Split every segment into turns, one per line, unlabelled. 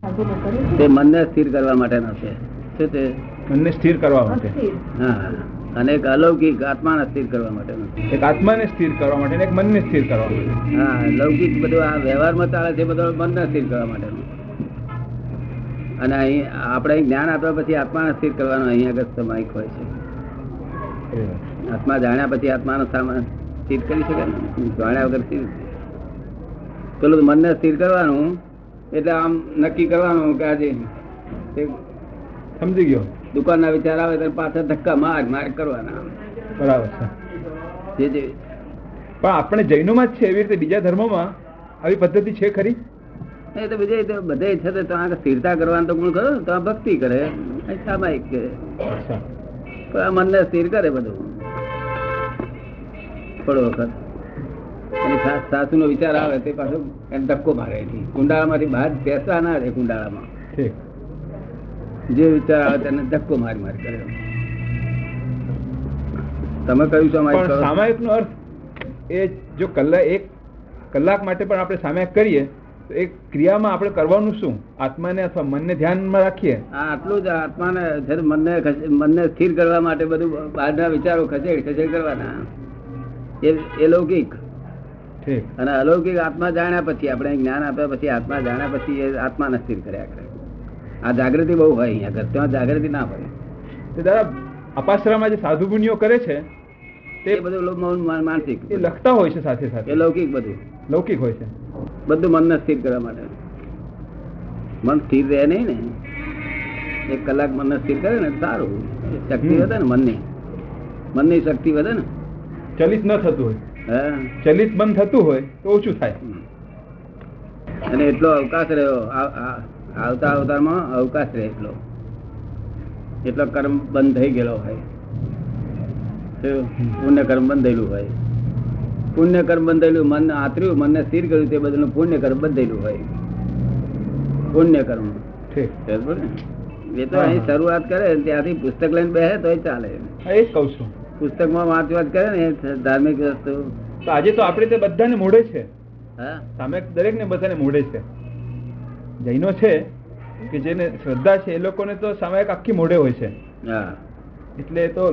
સાધુને કરે છે
તે મનને સ્થિર કરવા માટેનો છે શું તે
મનને સ્થિર કરવા માટે
અસ્થિર.
હા અને એક અલૌકિક આત્માને સ્થિર કરવા માટેનો છે.
એક આત્માને સ્થિર કરવા માટે અને એક મનને સ્થિર કરવા માટે
હા લૌકિક બધું આ વ્યવહારમાં ચાલે છે બધો મનને સ્થિર કરવા માટેનો અને અહીં આપણે અહીં જ્ઞાન આપ્યા પછી આત્માને સ્થિર કરવાનો અહીં આગળ સમાયિક હોય છે આત્મા જાણ્યા પછી આત્માનો સામાન સ્થિર કરી શકે ને? જાણ્યા વગર સ્થિર પેલું મનને સ્થિર કરવાનું એટલે આમ નક્કી કરવાનું કે આજે તે
સમજી ગયો
દુકાનના વિચાર આવે ત્યારે પાછા ધક્કા માર માર કરવાના
બરાબર છે
જે જે
પણ આપણે જૈનોમાં જ છે એવી રીતે બીજા ધર્મોમાં આવી પદ્ધતિ છે ખરી
એ તો બીજે તો બધે છે તો ત્યાં આગળ સ્થિરતા કરવાનું તો ગુણ ખરો ને? તો આ ભક્તિ કરે આ સામાયિક છે
અચ્છા.
પણ આ મનને સ્થિર કરે બધું થોડો વખત અને સા- સાસુનો વિચાર આવે તે પાછો એને ધક્કો મારે એથી. કુંડાળામાંથી બહાર બેસવા ના રહે કુંડાળામાં
ઠીક
જે વિચાર આવે તેને ધક્કો મારી મારી કર્યો તમે કયું સામાયિક
પણ
કરો
સામાયિકનો અર્થ એ જો કલાક એક કલાક માટે પણ આપણે સામાયિક કરીએ તો એ ક્રિયામાં આપણે કરવાનું શું આત્માને અથવા મનને ધ્યાનમાં રાખીએ
આ આટલું જ આત્માને જ્યારે મનને ખસે- મનને સ્થિર કરવા માટે બધું બહારના વિચારો ખસેડ ખસેડ કરવાના એ એ લૌકિક
ઠીક
અને અલૌકિક આત્મા જાણ્યા પછી આપણે જ્ઞાન આપ્યા પછી આત્મા જાણ્યા પછી એ આત્માને સ્થિર કર્યા કરે આ જાગૃતિ બહુ હોય અહીંયા આગળ. ત્યાં જાગૃતિ ના હોય
તો દાદા અપાસરામાં જે સાધુ મુનિઓ કરે છે તે
એ બધું લો- મૌન- મા- માનસિક
એ લખતા હોય છે સાથે
એ
સાથે
લૌકિક બધું
લૌકિક હોય છે
બધું મનને સ્થિર કરવા માટે મન સ્થિર રહે નહીં ને એક કલાક મનને સ્થિર કરે ને સારું શક્તિ
હમ.
વધે ને મનની મનની શક્તિ વધે ને
ચલિત ન થતું હોય
હા
ચલિત બંધ થતું હોય તો ઓછું થાય
હમ. અને એટલો અવકાશ રહ્યો આ- આ- આવતા અવતારમાં અવકાશ રહે એટલો એટલો કર્મ બંધ થઈ ગયેલો હોય તો પુણ્ય કર્મ બંધેલું હોય પુણ્ય કર્મ બંધેલું મન આતર્યું મનને સ્થિર કર્યું તે બદલનું પુણ્ય કર્મ બંધેલું હોય પુણ્ય કર્મ
ઠીક
બરાબર ને? એ તો અહીં શરૂઆત કરે ને ત્યાંથી પુસ્તક લઈને બેસે તો ચાલે
હા, એ જ કહું છું
પુસ્તકમાં વાંચ વાત કરે ને એ ધાર્મિક વસ્તુ
તો આજે તો આપણે તે બધાને મોઢે છે
હા
સામે દરેકને બધાને મોઢે છે જૈનો છે કે જેને શ્રદ્ધા છે એ લોકોને તો સામાયિક આખી મોઢે હોય છે
હા
એટલે એ તો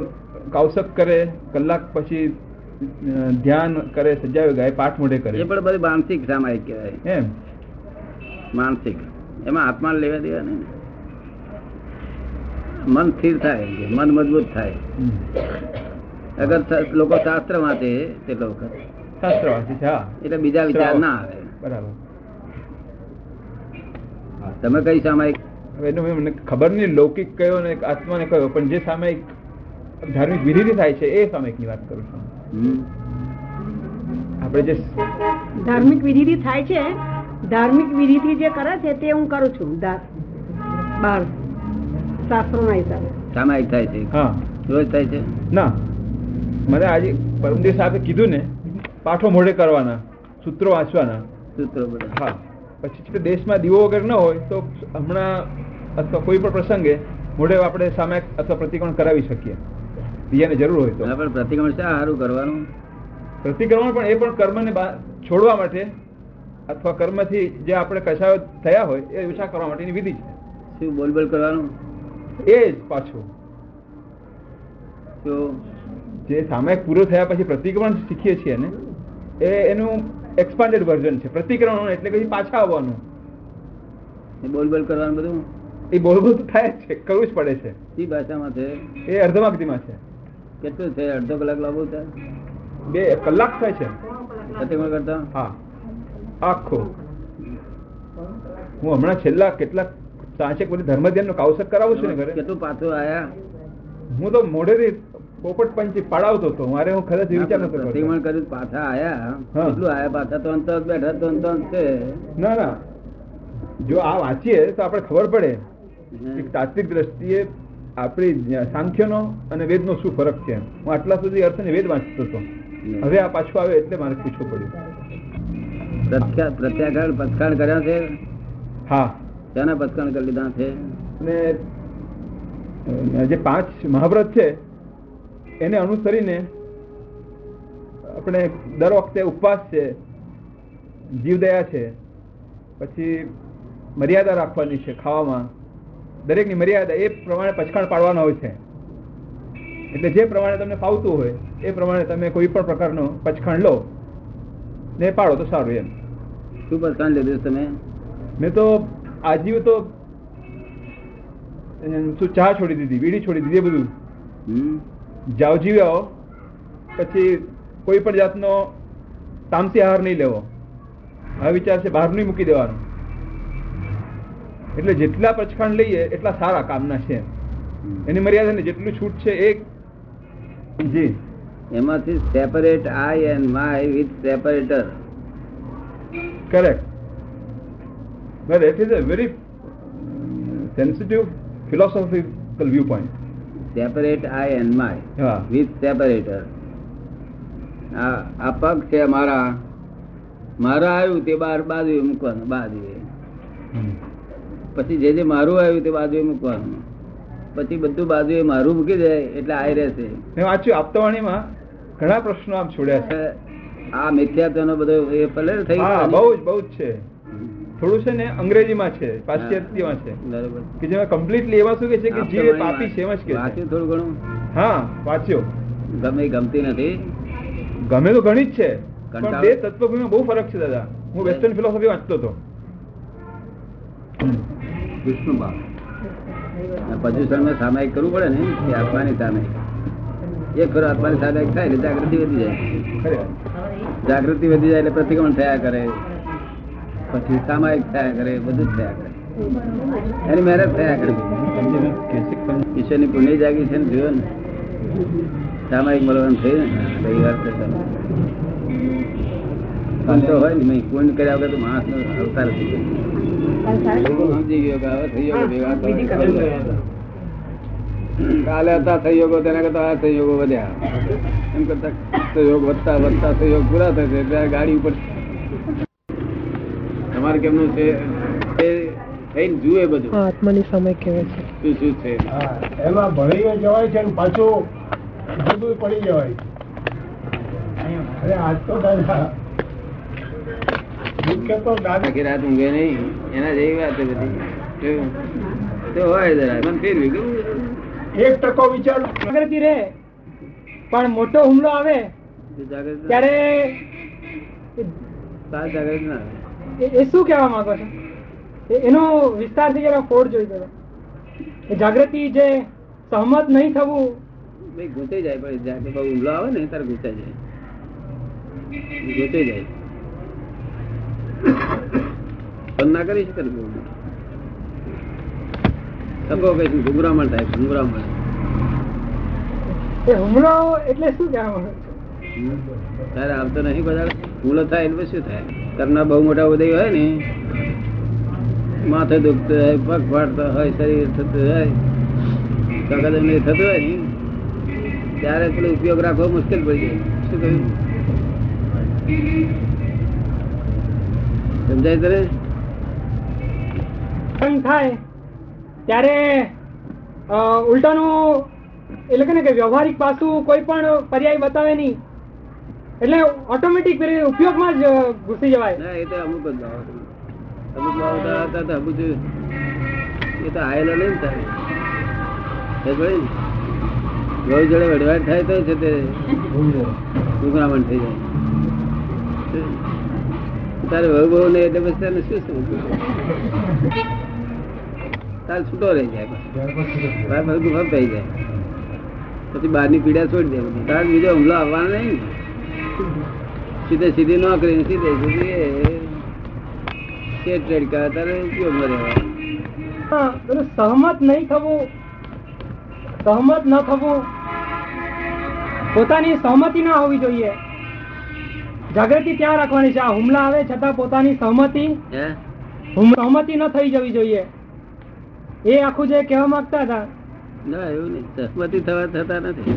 કાવસક કરે કલાક પછી અ, ધ્યાન કરે સજાવે ગાય પાઠ મોઢે
એ
કરે
પણ બધી માનસિક સામાયિક કહેવાય
એમ
માનસિક એમાં આત્મા લેવા દેવા નહીં ને. મન સ્થિર થાય મન મજબૂત થાય
હમ.
અગર સ- લોકો શાસ્ત્ર વાંચે તેટલો વખત
શાસ્ત્ર વાંચે છે હા
એટલે બીજા વિચાર
શ્રાવક.
ના આવે
બરાબર
તમે કઈ સામાયિક
હવે એનો મને ખબર નહીં લૌકિક કયો ને આત્માને કયો પણ જે સામાયિક ધાર્મિક વિધિથી થાય છે એ સામાયિકની વાત કરું છું
હમ.
આપણે જે
ધાર્મિક વિધિથી થાય છે ધાર્મિક વિધિથી જે કરે છે તે હું કરું છું દા- બહાર શાસ્ત્રોના હિસાબે
સામાયિક થાય છે
હા
રોજ થાય છે
ના મને આજે પરમ દિવસે આપે કીધું ને પાઠો મોઢે કરવાના સૂત્રો વાંચવાના
સૂત્રો બધા
હા પછી છે કે દેશમાં દીવો વગર ન હોય તો હમણાં અથવા કોઈ પણ પ્રસંગે મોઢે આપણે સામાયિક અથવા પ્રતિક્રમણ કરાવી શકીએ બીજાને જરૂર હોય તો
હા, પણ પ્રતિક્રમણ શા સારું કરવાનું
પ્રતિક્રમણ પણ એ પણ કર્મને બા- છોડવા માટે અથવા કર્મથી જે આપણે કશાયો થયા હોય એ ઓછા કરવા માટેની વિધિ
શું બોલબોલ કરવાનું
છે એ જ પાછું
શું
જે સામાયિક પૂરો થયા પછી પ્રતિક્રમણ શીખીએ છીએ ને એ એનું એક્સપાન્ડેડ વર્ઝન છે પ્રતિક્રમણ એટલે કે પાછા આવવાનું
એ બોલબોલ કરવાનું બધું
એ બોલવું તો થાય જ છે કરવું જ પડે છે
શી ભાષામાં છે
એ અર્ધમાગધીમાં છે
કેટલું છે અડધો કલાક લાંબુ છે
બે કલાક થાય છે
પ્રતિક્રમણ કરતા
હા આખો હું હમણાં છેલ્લા કેટલાક પાંચેક વર્ષ ધર્મધ્યાનનો કાવસક કરાવું છું ને ઘરે
કેટલું પાછું આયા
હું તો મોઢેથી પોપટ પંચી પડાવતો હતો મારે હું ખરેખર એ વિચાર નતો કરતો
પ્રતિક્રમણ કર્યું પાછા આયા
હા.
કેટલું આયા પાછા તો અંતર બેઠા તો અંતર છે
ના ના જો આ વાંચીએ તો આપણે ખબર પડે કે તાત્વિક દ્રષ્ટિએ આપણી સાંખ્યનો અને વેદનો શું ફરક છે હું આટલા સુધી અર્થ ને વેદ વાંચતો હતો હવે આ પાછું આવે એટલે મારે પૂછવું પડ્યું
પ્રત્યા- પ્રત્યાઘાત પથખાણ કર્યા છે
હા
તેના પથખાણ કરી લીધા છે
અને અ, જે પાંચ મહાવ્રત છે એને અનુસરીને આપણે દર વખતે ઉપવાસ છે જીવદયા છે પછી મર્યાદા રાખવાની છે ખાવામાં દરેકની મર્યાદા એ પ્રમાણે પછાણ પાડવાનો હોય છે એટલે જે પ્રમાણે તમને ફાવતું હોય એ પ્રમાણે તમે કોઈ પણ પ્રકારનો પછખાણ લો ને પાડો તો સારું એમ
શું પસંદ લીધું તમે
મેં તો આજીવ તો અમ, શું ચા છોડી દીધી બીડી છોડી દીધી એ બધું
હમ?
જાવજીવ્યો પછી કોઈ પણ જાતનો તામસી આહાર નહીં લેવો આ વિચાર છે બહારનું મૂકી દેવાનો એટલે જેટલા પચખાંડ લઈએ એટલા સારા કામના છે
હમ.
એની મર્યાદા ને જેટલું છૂટ છે એ જી
એમાંથી separate I and my with separator
correct but it is a very sensitive philosophical view point
separate I and my
હા
વિથ સેપરેટર આ આ પગ છે મારા મારા આવ્યું તે બાર બાજુ મૂકવાનું બાજુએ
હમ.
પછી જે જે મારું આવ્યું તે બાજુએ મૂકવાનું પછી બધું બાજુએ મારું મૂકી દે એટલે આય રહેશે
મેં વાંચ્યું આપતાવાણીમાં ઘણા પ્રશ્નો આમ છોડ્યા છે
આ મિથ્યાત્વનો બધો એ પલેર થઈ
હા
ગયો.
બહુ જ બહુ જ છે થોડું છે ને અંગ્રેજીમાં છે પાશ્ચાત્યમાં છે
બરાબર
કે જેમાં કમ્પ્લીટલી એવા શું કે છે કે
આપ
જીવ એ
તમારી
પાપી છે એમ જ કે છે
વાંચ્યું થોડું ઘણું
હા વાંચ્યો
ગમે ગમતી નથી
ગમે તો ઘણી જ છે પણ
કંટાળો.
બે તત્વભૂમિમાં બહુ ફરક છે દાદા હું વેસ્ટર્ન ફિલોસોફી વાંચતો હતો
વિષ્ણુબા પજુષણમાં સામાયિક કરવું પડે ને એ આત્માની સામે એક ફેરો આત્માની સામાયિક થાય એટલે જાગૃતિ વધી જાય
ખરે.
જાગૃતિ વધી જાય એટલે પ્રતિક્રમણ થયા કરે પછી સામાયિક થયા કરે બધું જ થયા કરે એની મહેનત થયા કરે ઈશ્વરની પુણ્ય જાગી છે ને જોયો ને સામાયિક મળવાનું થયું ને રવિવાર છે તમે. સંતો હોય ને મેં પૂર્ણ કર્યા વગર તો માણસનો અવતાર થઈ જાય. સમજી ગયો કે હવે થઈ ગયો ભેગા થવા
બીજી કલમ
નીકળ્યો. કાલે હતા સહયોગો તેના કરતા આ સહયોગો વધ્યા એમ કરતા સહયોગ વધતા વધતા સહયોગ પૂરા થશે એટલે આ ગાડી ઉપર તમારે કેમનું છે તે થઈને જુએ બધું
આત્માની સમય કેવો છે
શું શું છે
એમાં ભણીને જવાય છે ને પાછું જુદું પડી જવાય છે. અરે આજ તો દાદા મુખ્ય તો દાદા
આખી રાત ઊંઘે નહીં એના જેવી વાત છે બધી કેવું? તો હોય જરા મને ફેરવી ગયું
એક ટકો વિચાર
જાગૃતિ રહે પણ મોટો હુમલો આવે
જાગૃત ના.
ત્યારે
સાત જાગૃત ના
એ- એ શું કહેવા માંગો છો એ- એનો વિસ્તારથી જરા ફોડ જોઈ જરા. એ જાગૃતિ જે સહમત નહીં થવું
ભાઈ ઘૂંટાઈ જાય પણ જાતે બહુ ઊંઘ આવે ને ત્યારે ઘૂંટાઈ જાય ઘૂંટાઈ જાય બંધ ના કરી શકે ને બહુ. Suffocation, ગુંગરામણ થાય ગુંગરામણ.
એ હુમલો એટલે શું કહેવા માંગો છો
તારે આવતો નહીં બધા હુમલો થાય એટલે પછી શું થાય ઘરના બહુ મોટા ઉદય હોય ને માથે દુખતું હોય પગ ફાટતો હોય શરીર થતું હોય કગદમ એ થતું હોય ને ત્યારે પેલો ઉપયોગ રાખવો મુશ્કેલ પડી જાય શું કહ્યું સમજાય તને
પણ થાય ત્યારે અ, ઉલટાનું એટલે કે ને કે વ્યવહારિક પાસું કોઈ પણ પર્યાય બતાવે નહીં એટલે ઓટોમેટિક ઉપયોગમાં જ અ, ઘૂસી જવાય
ના એ તો અમુક જ બાબત અમુક બાબત હતા તો અમુક જ- એ તો આયેલો નહીં ને તારે એ જોઈ ને? બહુ જોડે વઢવાટ થાય તો છે તે ઉઘરામણ થઈ જાય તારે વહુ બહુ ને એટલે પછી તને શું સમજવું તારે છૂટો રહી જાય પછી. તારે બધું ગુફમ થઈ જાય પછી બહારની પીડા છોડી દે બધી. તારે બીજો હુમલો આવવાનો નહીં ને સીધે સીધી નોકરી સીધે સીધી સ્ટેટ ટ્રેડ કરે તારે ઉપયોગમાં રહેવાનું.
હા, પેલું સહમત નહીં થવું સહમત ન થવું પોતાની સહમતિ ના હોવી જોઈએ જાગૃતિ ત્યાં રાખવાની છે આ હુમલા આવે છતાં પોતાની સહમતિ
હે
હુમ- સહમતિ ન થઈ જવી જોઈએ એ આખું જે કહેવા માંગતા હતા
ના એવું નહીં સહમતી થવા થતા નથી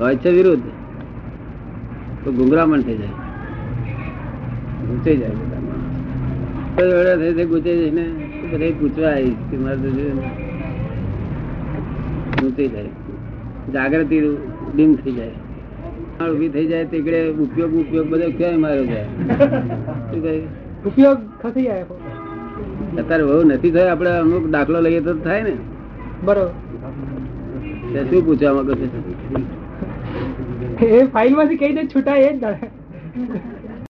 હોય છે વિરુદ્ધ તો ગુંગરામણ થઈ જાય ગુંચાઈ જાય બધા માણસ. તો એવડા થઈ થઈ ગુંચાઈ જઈને તો બધા પૂછવા આવીશ કે મારે તો જોયું ને. ગુંચાઈ જાય જાગૃતિ ડીમ થઈ જાય માણ ઊભી થઈ જાય તેકડે ઉપયોગ ઉપયોગ બધો ક્યાંય માર્યો જાય શું કહ્યું
ઉપયોગ ખસી જાય આખો.
અત્યારે બહુ નથી થયો આપણે અમુક દાખલો લઈએ તો થાય ને
બરોબર
તે શું પૂછવા માંગો છો
એ ફાઇલ માંથી કઈ રીતે છૂટાય એ જ દાડા.